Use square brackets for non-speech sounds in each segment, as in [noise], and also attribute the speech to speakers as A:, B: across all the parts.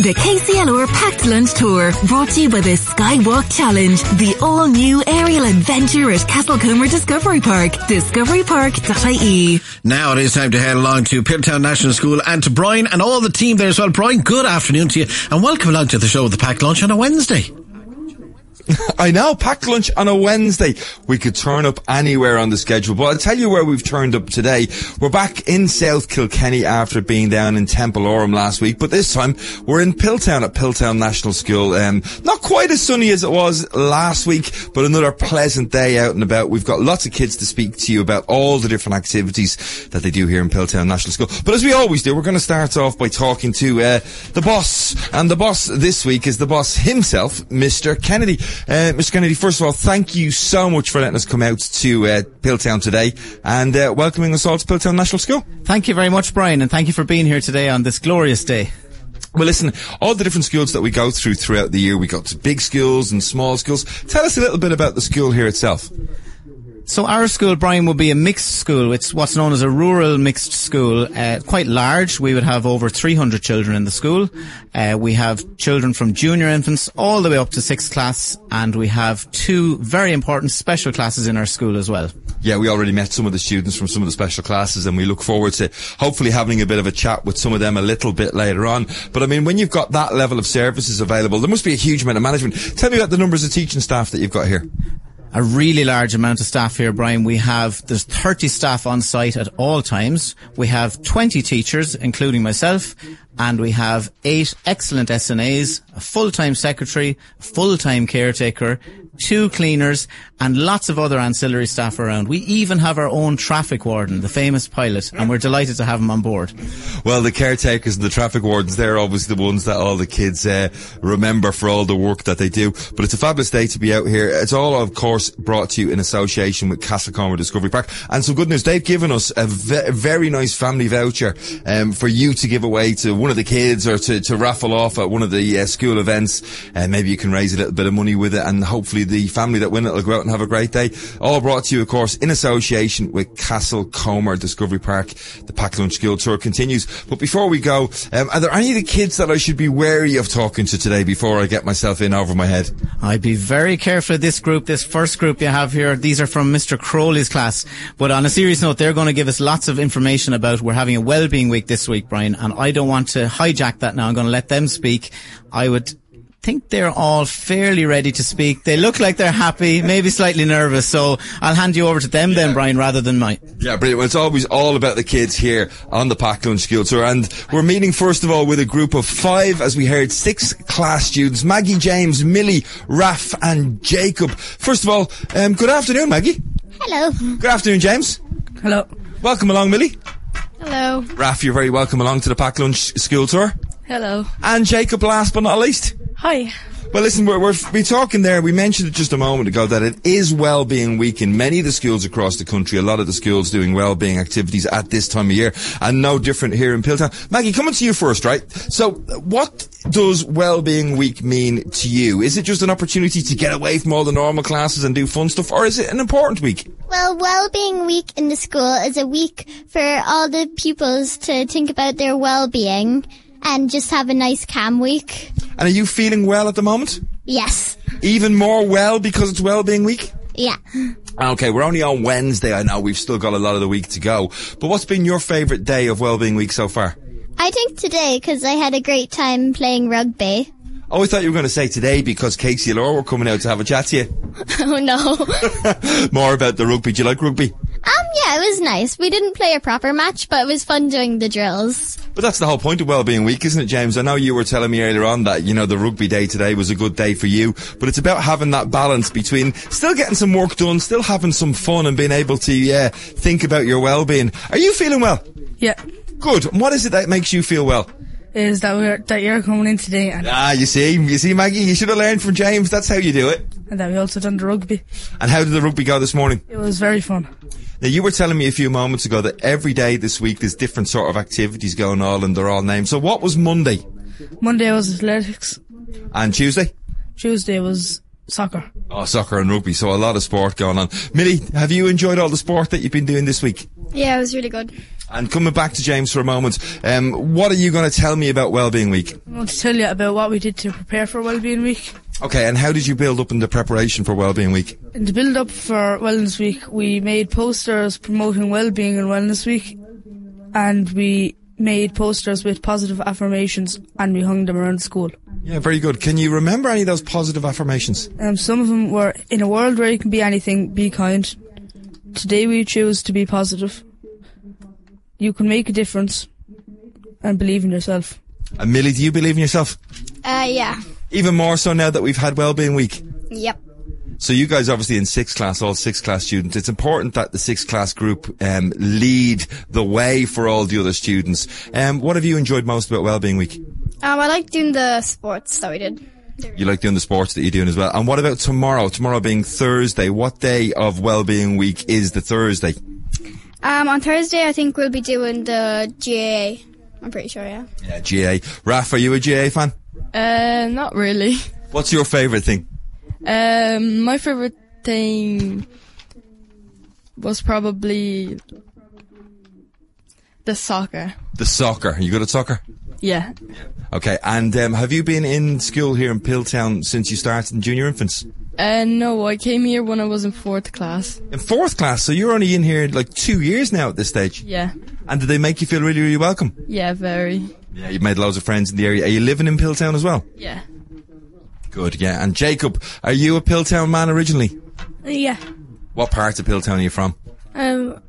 A: The KCLR Packed Lunch Tour, brought to you by the Skywalk Challenge, the all-new aerial adventure at Castlecomer Discovery Park, discoverypark.ie.
B: Now it is time to head along to Piptown National School and to Brian and all the team there as well. Brian, good afternoon to you and welcome along to the show with the Packed Lunch on a Wednesday.
C: I know, packed lunch on a Wednesday. We could turn up anywhere on the schedule, but I'll tell you where we've turned up today. We're back in South Kilkenny after being down in Temple Orham last week, but this time we're in Pilltown at Pilltown National School. Um, not quite as sunny as it was last week, but another pleasant day out and about. We've got lots of kids to speak to you about all the different activities that they do here in Pilltown National School. But as we always do, we're going to start off by talking to uh, the boss, and the boss this week is the boss himself, Mr. Kennedy. Uh, Mr. Kennedy, first of all, thank you so much for letting us come out to uh, Pilltown today and uh, welcoming us all to Pilltown National School.
D: Thank you very much, Brian, and thank you for being here today on this glorious day.
C: Well, listen, all the different schools that we go through throughout the year, we go to big schools and small schools. Tell us a little bit about the school here itself.
D: So our school, Brian, would be a mixed school. It's what's known as a rural mixed school, uh, quite large. We would have over 300 children in the school. Uh, we have children from junior infants all the way up to sixth class, and we have two very important special classes in our school as well.
C: Yeah, we already met some of the students from some of the special classes and we look forward to hopefully having a bit of a chat with some of them a little bit later on. But I mean, when you've got that level of services available, there must be a huge amount of management. Tell me about the numbers of teaching staff that you've got here.
D: a really large amount of staff here, Brian. We have, there's 30 staff on site at all times. We have 20 teachers, including myself, and we have eight excellent SNAs, a full-time secretary, a full-time caretaker, two cleaners, and lots of other ancillary staff around. We even have our own traffic warden, the famous pilot, and we're delighted to have him on board.
C: Well, the caretakers and the traffic wardens, they're obviously the ones that all the kids uh, remember for all the work that they do. But it's a fabulous day to be out here. It's all, of course, brought to you in association with Castlecomer Discovery Park. And some good news, they've given us a ve- very nice family voucher um, for you to give away to one of the kids or to, to raffle off at one of the uh, school events. And maybe you can raise a little bit of money with it and hopefully the family that win it will go out and have a great day. All brought to you, of course, in association with Castlecomer Discovery Park. The Pack Lunch School Tour continues. But before we go, um, are there any of the kids that I should be wary of talking to today before I get myself in over my head?
D: I'd be very careful of this group, this first group you have here. These are from Mr. Crowley's class. But on a serious note, they're going to give us lots of information about we're having a well-being week this week, Brian, and I don't want to hijack that now. I'm going to let them speak. I would think they're all fairly ready to speak. They look like they're happy, maybe slightly nervous. So I'll hand you over to them then, Brian, rather than my.
C: Yeah, brilliant. Well, it's always all about the kids here on the Pack Lunch School Tour. And we're meeting, first of all, with a group of five, as we heard, six class students. Maggie, James, Millie, Raf and Jacob. First of all, um, good afternoon, Maggie.
E: Hello.
C: Good afternoon, James.
F: Hello.
C: Welcome along, Millie.
E: Hello.
C: Raf, you're very welcome along to the Pack Lunch School Tour.
F: Hello.
C: And Jacob, last but not least.
F: Hi.
C: Well, listen, we're, we're, we're talking there. We mentioned it just a moment ago that it is Wellbeing Week in many of the schools across the country. A lot of the schools doing wellbeing activities at this time of year, and no different here in Piltown. Maggie, coming to you first, right? So, what does Wellbeing Week mean to you? Is it just an opportunity to get away from all the normal classes and do fun stuff, or is it an important week?
E: Well, Wellbeing Week in the school is a week for all the pupils to think about their well-being and just have a nice calm week.
C: And are you feeling well at the moment?
E: Yes.
C: Even more well because it's Wellbeing Week.
E: Yeah.
C: Okay, we're only on Wednesday. I know we've still got a lot of the week to go. But what's been your favourite day of Wellbeing Week so far?
E: I think today because I had a great time playing rugby. [laughs]
C: Oh, I thought you were going to say today because Casey and Laura were coming out to have a chat to you.
E: Oh
G: [laughs]
E: no. um,
C: More about the rugby. Do you like rugby?
E: yeah, it was nice. We didn't play a proper match, but it was fun doing the drills.
C: But that's the whole point of Wellbeing Week, isn't it, James? I know you were telling me earlier on that, you know, the rugby day today was a good day for you, but it's about having that balance between still getting some work done, still having some fun and being able to, uh, think about your well-being. Are you feeling well?
F: Yeah.
C: Good. And what is it that makes you feel well?
F: Is that we're that you're coming in today and,
C: Ah, you see, you see, Maggie, you should have learned from James. That's how you do it.
F: and that we also done the rugby.
C: And how did the rugby go this morning?
F: It was very fun.
C: Now, you were telling me a few moments ago that every day this week there's different sort of activities going on and they're all named. So what was Monday
F: Monday was athletics.
C: and Tuesday?
F: Tuesday was soccer.
C: Oh, soccer and rugby. So a lot of sport going on. Millie, have you enjoyed all the sport that you've been doing this week?
G: Yeah, it was really good.
C: And coming back to James for a moment, um, what are you going to tell me about Wellbeing Week?
F: I want to tell you about what we did to prepare for Wellbeing Week.
C: Okay, and how did you build up in the preparation for Wellbeing Week?
F: In the build up for Wellness Week, we made posters promoting well-being in Wellness Week and we made posters with positive affirmations and we hung them around school.
C: Yeah, very good. Can you remember any of those positive affirmations?
F: Um, some of them were in a world where you can be anything, be kind. Today we choose to be positive. You can make a difference and believe in yourself.
C: And Millie, do you believe in yourself?
E: Uh, yeah.
C: Even more so now that we've had Wellbeing Week.
E: Yep.
C: So you guys obviously in sixth class, all sixth class students, it's important that the sixth class group um, lead the way for all the other students. Um, what have you enjoyed most about Wellbeing Week?
G: Um, I like doing the sports that we did.
C: You like doing the sports that you're doing as well. And what about tomorrow? Tomorrow being Thursday, what day of Wellbeing Week is the Thursday?
G: Um, on Thursday, I think we'll be doing the GAA. I'm pretty sure, yeah.
C: Yeah, GA. Raf, are you a GA fan?
H: Uh, not really. [laughs]
C: What's your favourite thing?
H: Um, my favorite thing was probably the soccer.
C: The soccer. Are you good at soccer?
H: Yeah.
C: Okay. And um, have you been in school here in Pilltown since you started in junior infants?
H: Uh, no, I came here when I was in fourth class.
C: In fourth class, so you're only in here like two years now at this stage.
H: Yeah.
C: And did they make you feel really, really welcome?
H: Yeah, very.
C: Yeah, you've made loads of friends in the area. Are you living in Pilltown as well?
H: Yeah.
C: Good, yeah. And Jacob, are you a Pilltown man originally?
F: Yeah.
C: What part of Pilltown are you from?
F: Um,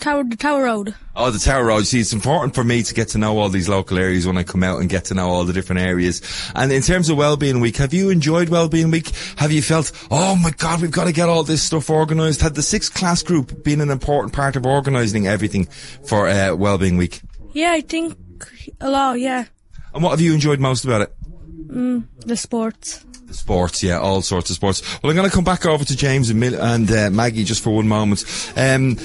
F: Tower, the Tower Road.
C: Oh, the Tower Road. See, it's important for me to get to know all these local areas when I come out and get to know all the different areas. And in terms of Wellbeing Week, have you enjoyed Wellbeing Week? Have you felt, oh my God, we've got to get all this stuff organised? Had the sixth class group been an important part of organising everything for uh, Wellbeing Week?
F: Yeah, I think a lot, yeah.
C: And what have you enjoyed most about it?
F: The sports.
C: Sports, yeah, all sorts of sports. Well, I'm going to come back over to James and, Mil- and uh, Maggie just for one moment. Um,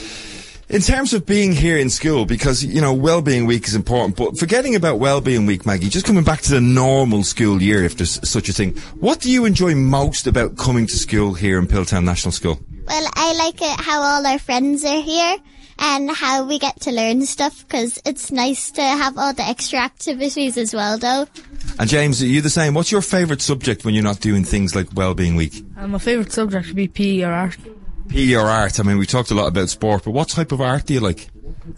C: in terms of being here in school, because, you know, Wellbeing Week is important, but forgetting about Wellbeing Week, Maggie, just coming back to the normal school year, if there's such a thing, what do you enjoy most about coming to school here in Pilltown National School?
E: Well, I like it how all our friends are here and how we get to learn stuff because it's nice to have all the extra activities as well, though.
C: And James, are you the same? What's your favourite subject when you're not doing things like Wellbeing Week?
F: And Uh, my favourite subject would be PE or art.
C: PE or art? I mean, we talked a lot about sport, but what type of art do you like?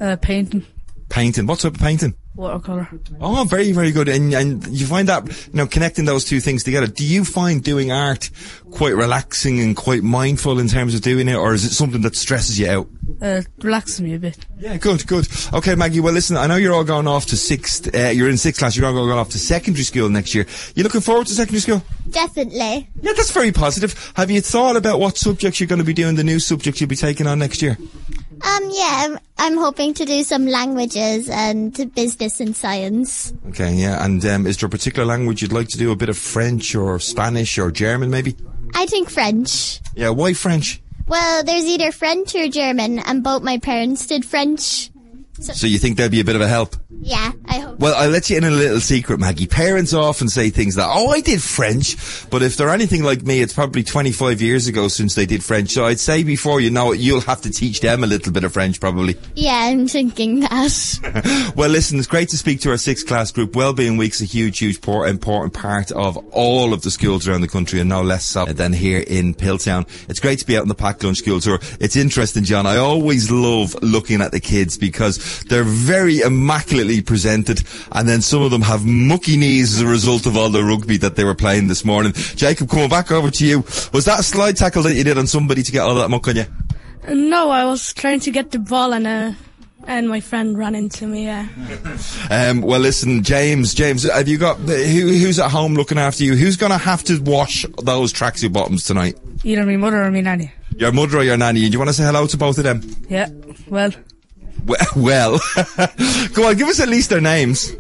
F: Uh, painting,
C: Painting. What type of painting?
F: watercolour.
C: Oh, very, very good. And and you find that you know connecting those two things together. Do you find doing art quite relaxing and quite mindful in terms of doing it, or is it something that stresses you out?
F: Uh, relaxes me a bit.
C: Yeah, good, good. Okay, Maggie. Well, listen, I know you're all going off to sixth. Uh, you're in sixth class. You're all going off to secondary school next year. You looking forward to secondary school?
E: Definitely.
C: Yeah, that's very positive. Have you thought about what subjects you're going to be doing? The new subjects you'll be taking on next year?
E: Um, yeah, I'm, I'm hoping to do some languages and business and science.
C: Okay, yeah. And um, is there a particular language you'd like to do? A bit of French or Spanish or German, maybe?
E: I think French.
C: Yeah. Why French?
E: Well, there's either French or German, and both my parents did French.
C: So you think there'd be a bit of a help?
E: Yeah, I hope.
C: Well, I'll let you in on a little secret, Maggie. Parents often say things that, oh, I did French, but if they're anything like me, it's probably 25 years ago since they did French. So I'd say before you know it, you'll have to teach them a little bit of French, probably.
E: Yeah, I'm thinking that. [laughs] Uh,
C: Well, listen, it's great to speak to our sixth class group. Wellbeing Week's a huge, huge, por- important part of all of the schools around the country and no less so than here in Pilltown. It's great to be out on the Pack Lunch School Tour. It's interesting, John. I always love looking at the kids because they're very immaculately presented and then some of them have mucky knees as a result of all the rugby that they were playing this morning. Jacob, coming back over to you. Was that a slide tackle that you did on somebody to get all that muck on you?
I: Uh, No, I was trying to get the ball and uh, and my friend ran into me. Yeah.
C: Um, well, listen, James. James, have you got who, who's at home looking after you? Who's going to have to wash those tracksuit bottoms tonight?
F: Either my mother or my nanny.
C: Your mother or your nanny? Do you want to say hello to both of them?
F: Yeah, well,
C: We- Well, [laughs] go on, give us at least their names.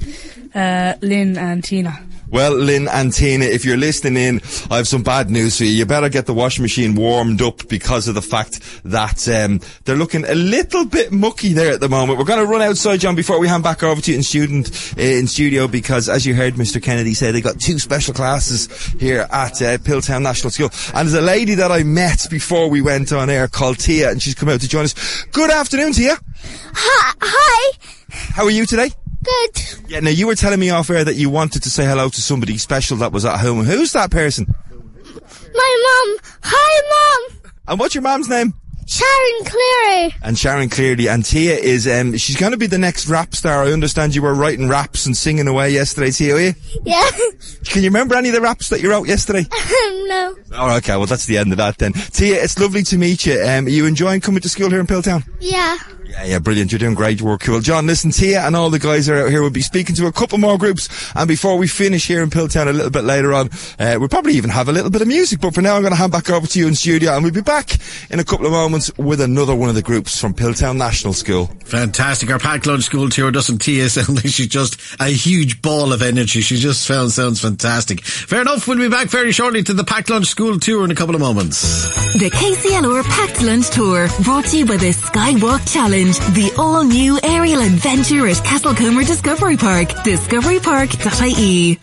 F: uh, Lynn and Tina.
C: Well, Lynn and Tina, if you're listening in, I have some bad news for you. You better get the washing machine warmed up because of the fact that um, they're looking a little bit mucky there at the moment. We're going to run outside, John, before we hand back over to you in student uh, in studio because, as you heard, Mr. Kennedy say they got two special classes here at uh, Pilltown National School. And there's a lady that I met before we went on air called Tia, and she's come out to join us. Good afternoon, Tia.
E: Hi, hi.
C: How are you today?
E: Good.
C: Yeah, now you were telling me off air that you wanted to say hello to somebody special that was at home. Who's that person?
E: My mum. Hi, mum.
C: And what's your mom's name?
E: Sharon Cleary.
C: And Sharon Clearly. And Tia is, um, she's going to be the next rap star. I understand you were writing raps and singing away yesterday, Tia, are you?
E: Yeah. [laughs]
C: Can you remember any of the raps that you wrote yesterday?
E: no.
C: oh, okay. Well, that's the end of that then. Tia, it's lovely to meet you. Um, are you enjoying coming to school here in Pilltown?
E: Yeah.
C: Yeah, yeah, brilliant. You're doing great work. Cool. John, listen, Tia and all the guys are out here. We'll be speaking to a couple more groups. And before we finish here in Pilltown a little bit later on, uh, we'll probably even have a little bit of music. But for now, I'm going to hand back over to you in studio and we'll be back in a couple of moments with another one of the groups from Pilltown National School.
B: Fantastic. Our packed lunch school tour doesn't Tia sound like [laughs] she's just a huge ball of energy. She just sounds, sounds fantastic. Fair enough. We'll be back very shortly to the packed lunch school tour in a couple of moments.
A: The KCLR Packed Lunch Tour, brought to you by the Skywalk Challenge, the all-new aerial adventure at Castlecomer Discovery Park, discoverypark.ie.